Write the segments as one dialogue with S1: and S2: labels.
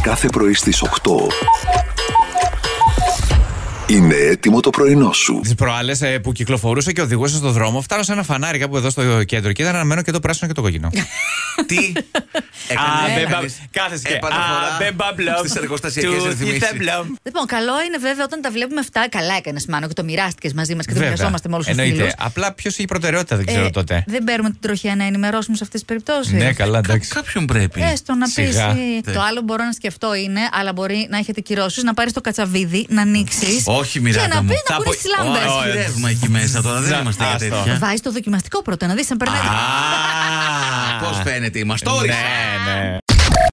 S1: κάθε πρωί στις 8. Είναι έτοιμο το πρωινό σου.
S2: Τις προάλλες ε, που κυκλοφορούσα και οδηγούσα στον δρόμο, φτάνω σε ένα φανάρι κάπου εδώ στο κέντρο και ήταν αναμένο και το πράσινο και το κόκκινο.
S3: Τι.
S2: Α, δεν
S3: έκανες.
S2: πα- κάθεσαι και,
S3: Επαναφορά
S2: α, δεν παμπλαμ.
S3: στις εργοστασιακές
S2: Του
S3: ρυθμίσεις.
S2: τι παμπλαμ.
S4: Λοιπόν, καλό είναι βέβαια όταν τα βλέπουμε αυτά. Καλά έκανες, Μάνο, και το μοιράστηκες μαζί μας και το
S2: Βέβαια.
S4: μοιραζόμαστε με όλους τους φίλου.
S2: Εννοείται. Απλά ποιος έχει προτεραιότητα δεν ξέρω τότε.
S4: Ε, Δεν παίρνουμε την τροχιά να ενημερώσουμε σε αυτές τις περιπτώσεις.
S2: Ναι, καλά,
S3: Κα-
S2: εντάξει.
S3: Κάποιον πρέπει.
S4: Έστω Ε, να πεις.
S2: Σιγά.
S3: Ναι.
S4: Το άλλο μπορώ να σκεφτώ είναι, αλλά μπορεί να έχετε κυρώσεις, να πάρεις το κατσαβίδι, να ανοίξεις.
S3: Όχι,
S4: Και
S3: Μιράντα
S4: να
S3: μου.
S4: πει
S3: Θα
S4: να κουνεί
S3: απο-
S4: τις λάμπες.
S3: Ω,
S2: Ωραία.
S3: Ρεύμα εκεί μέσα τώρα, δεν
S2: Ζα-
S3: είμαστε για
S2: άστο.
S3: τέτοια.
S4: Βάζεις το δοκιμαστικό πρώτα, να δεις αν περνάει.
S3: Πώ φαίνεται η μαστόρη.
S2: Ναι, ναι.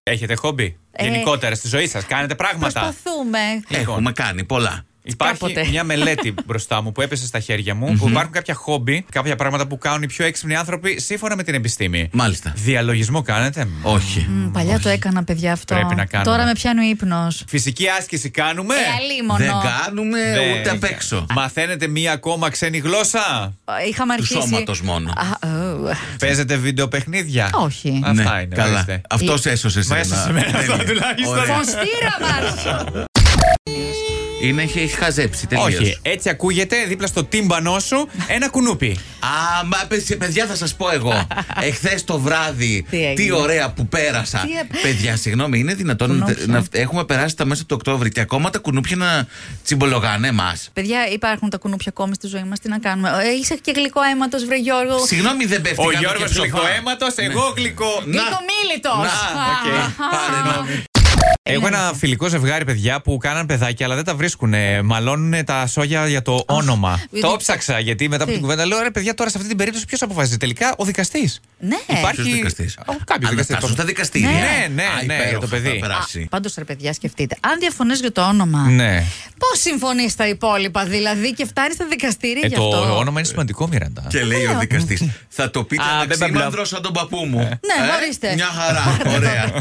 S2: Έχετε χόμπι
S4: Ε,
S2: γενικότερα στη ζωή σας. Κάνετε πράγματα.
S4: Προσπαθούμε.
S2: Ε,
S3: Έχουμε κάνει πολλά.
S2: Υπάρχει
S4: Κάποτε.
S2: μια μελέτη μπροστά μου που έπεσε στα χέρια μου που υπάρχουν κάποια χόμπι, κάποια πράγματα που κάνουν οι πιο έξυπνοι άνθρωποι σύμφωνα με την επιστήμη.
S3: Μάλιστα.
S2: Διαλογισμό κάνετε.
S3: Όχι.
S4: Μ, Παλιά το έκανα, παιδιά αυτό.
S2: Πρέπει να κάνουμε.
S4: Τώρα με πιάνει ο ύπνος.
S2: Φυσική άσκηση κάνουμε.
S4: Ε, αλίμονο.
S3: Δεν κάνουμε
S2: Δεν-
S3: ούτε απ' έξω.
S2: Μαθαίνετε μία ακόμα ξένη γλώσσα.
S4: Ε, Είχαμε
S3: Του
S4: αρχίσει.
S3: σώματος μόνο.
S4: Α,
S2: Ε.
S4: ω.
S2: Παίζετε βίντεο παιχνίδια.
S4: Όχι.
S2: Αυτά
S3: Ναι,
S2: είναι.
S3: καλά.
S2: ορίστε.
S3: Αυτός έσωσε
S2: Μα έσωσε εμένα αυτό τουλάχιστον.
S4: Φωστήρα μα!
S3: Είναι, έχει, έχει χαζέψει τελείως.
S2: Όχι, έτσι ακούγεται δίπλα στο τύμπανό σου ένα κουνούπι.
S3: Α, μα παι- παιδιά, θα σας πω εγώ. Εχθές το βράδυ,
S4: Τι έγινε.
S3: τι ωραία που πέρασα.
S4: Τι έπα-
S3: παιδιά, συγγνώμη, είναι δυνατόν να,
S4: Κουνούψα.
S3: να- έχουμε περάσει τα μέσα του Οκτώβρη και ακόμα τα κουνούπια να τσιμπολογάνε εμά.
S4: Παιδιά, υπάρχουν τα κουνούπια ακόμη στη ζωή μας. Τι να κάνουμε. Ε, Είσαι και γλυκό αίματος, βρε Γιώργο.
S3: Συγγνώμη, δεν πέφτει
S2: Ο
S3: κάτω
S2: Γιώργο
S3: και ψοφά.
S2: γλυκοαίματο, εγώ γλυκό.
S3: Να.
S4: Γλυκό μίλητο.
S3: Να, οκ. Πάρε να μην.
S2: Έχω ένα φιλικό ζευγάρι, παιδιά, που κάναν παιδάκια, αλλά δεν τα βρίσκουν. Μαλώνουν τα σόγια για το όνομα.
S4: γιατί-
S2: Το ψάξα, γιατί μετά από
S4: Τι?
S2: την κουβέντα λέω: Ρε, παιδιά, τώρα σε αυτή την περίπτωση ποιος αποφασίζει τελικά, ο δικαστής.
S4: Ναι.
S2: Υπάρχει-
S3: Ποιος δικαστής.
S2: Ο- κάποιος δικαστής.
S3: Αναστάσουν τα δικαστήρια.
S2: Ναι, ναι,
S3: Α,
S2: ναι,
S3: υπέροχα,
S2: για το παιδί.
S3: θα περάσει.
S4: Πάντως, ρε παιδιά, σκεφτείτε. Αν διαφωνείς για το όνομα.
S2: Ναι.
S4: Πώς συμφωνείς τα υπόλοιπα, δηλαδή, και φτάνεις στα δικαστήρια
S2: Ε,
S4: γι'
S2: το
S4: αυτό.
S2: όνομα είναι σημαντικό, Μιραντά.
S3: Και λέει ο δικαστής, θα το πείτε
S2: Α, δεν Ε.
S3: μεταξύ
S2: παμπλά.
S3: μαύρο σαν τον παππού μου. Ε,
S4: Ναι, ορίστε.
S3: Μια χαρά. Ωραία.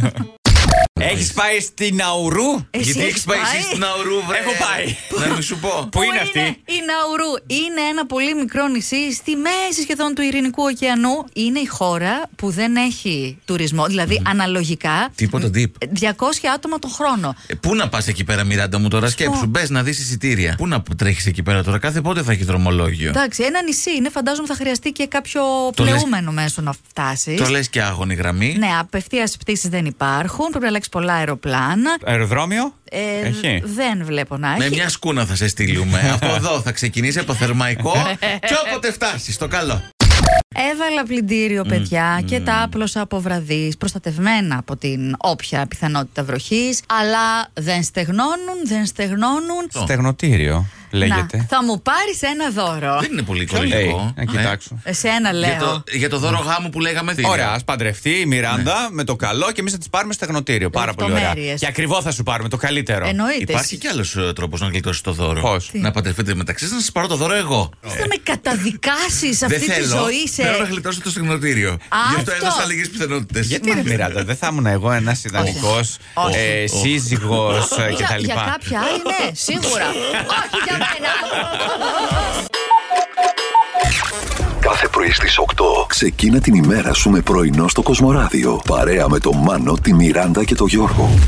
S2: Έχει πάει στην Αουρού.
S4: Εσύ
S3: Γιατί
S4: έχεις
S3: έχεις πάει εσύ
S4: πάει?
S3: στην Αουρού, βρε.
S2: Έχω πάει.
S3: Να μην σου πω.
S2: Πού είναι αυτή?
S4: Η Ναουρού είναι ένα πολύ μικρό νησί στη μέση σχεδόν του Ειρηνικού ωκεανού. Είναι η χώρα που δεν έχει τουρισμό, δηλαδή αναλογικά.
S3: Τίποτα deep.
S4: 200 άτομα τον χρόνο.
S3: Ε, Πού να πας εκεί πέρα, Μιράντα μου τώρα, σκέψου. Μπες να δεις εισιτήρια. Πού να τρέχεις εκεί πέρα τώρα, κάθε πότε θα έχει δρομολόγιο.
S4: Εντάξει, ένα νησί είναι, φαντάζομαι θα χρειαστεί και κάποιο
S3: λες-
S4: πλεούμενο μέσο να φτάσεις.
S3: Το λες και άγωνη γραμμή.
S4: Ναι, απευθείας πτήσεις δεν υπάρχουν. Πρέπει να αλλάξει πολλά αεροπλάνα.
S2: Αεροδρόμιο.
S4: Ε,
S2: Έχει.
S4: Δεν βλέπω να
S3: Με
S4: έχει.
S3: μια σκούνα θα σε στείλουμε. Από εδώ θα ξεκινήσει από το θερμαϊκό και όποτε φτάσει, το καλό.
S4: Έβαλα πλυντήριο, παιδιά, και τα άπλωσα από βραδύς, προστατευμένα από την όποια πιθανότητα βροχής. Αλλά δεν στεγνώνουν, δεν στεγνώνουν.
S2: Στεγνοτήριο λέγεται.
S4: θα μου πάρεις ένα δώρο.
S3: Δεν είναι πολύ
S2: Ποιο λέει,
S3: κολλητικό.
S2: Να κοιτάξω.
S4: Εσένα
S3: Για
S4: λέω.
S3: το, για το δώρο γάμου που λέγαμε τι είναι.
S2: Ωραία, ας παντρευτεί η Μιράντα με το καλό και εμείς θα της πάρουμε στεγνοτήριο. Πάρα πολύ ωραία.
S4: Λεπτομέρειες.
S2: Και ακριβό θα σου πάρουμε το καλύτερο.
S4: Εννοείται.
S3: Υπάρχει κι άλλος τρόπος να γλιτώσεις το δώρο.
S2: Πώς?
S3: Να παντρευτείτε μεταξύ σας, να σας πάρω το δώρο εγώ.
S4: Θα με καταδικάσεις αυτή
S3: Δεν
S4: τη
S3: θέλω.
S4: ζωή σε.
S3: Θέλω να γλιτώσω το συγνωτήριο. Γι' αυτό
S4: αυτό.
S3: έδωσα λίγες πιθανότητες.
S2: Γιατί ρε Μιράντα, δεν θα ήμουν εγώ ένας ιδανικός
S4: Όχι.
S2: ε, σύζυγο
S4: Για-
S2: κτλ.
S4: για κάποια άλλη, ναι, σίγουρα. Όχι για μένα.
S1: Κάθε πρωί στις 8. Ξεκίνα την ημέρα σου με πρωινό στο Κοσμοράδιο. Παρέα με τον Μάνο, τη Μιράντα και τον Γιώργο.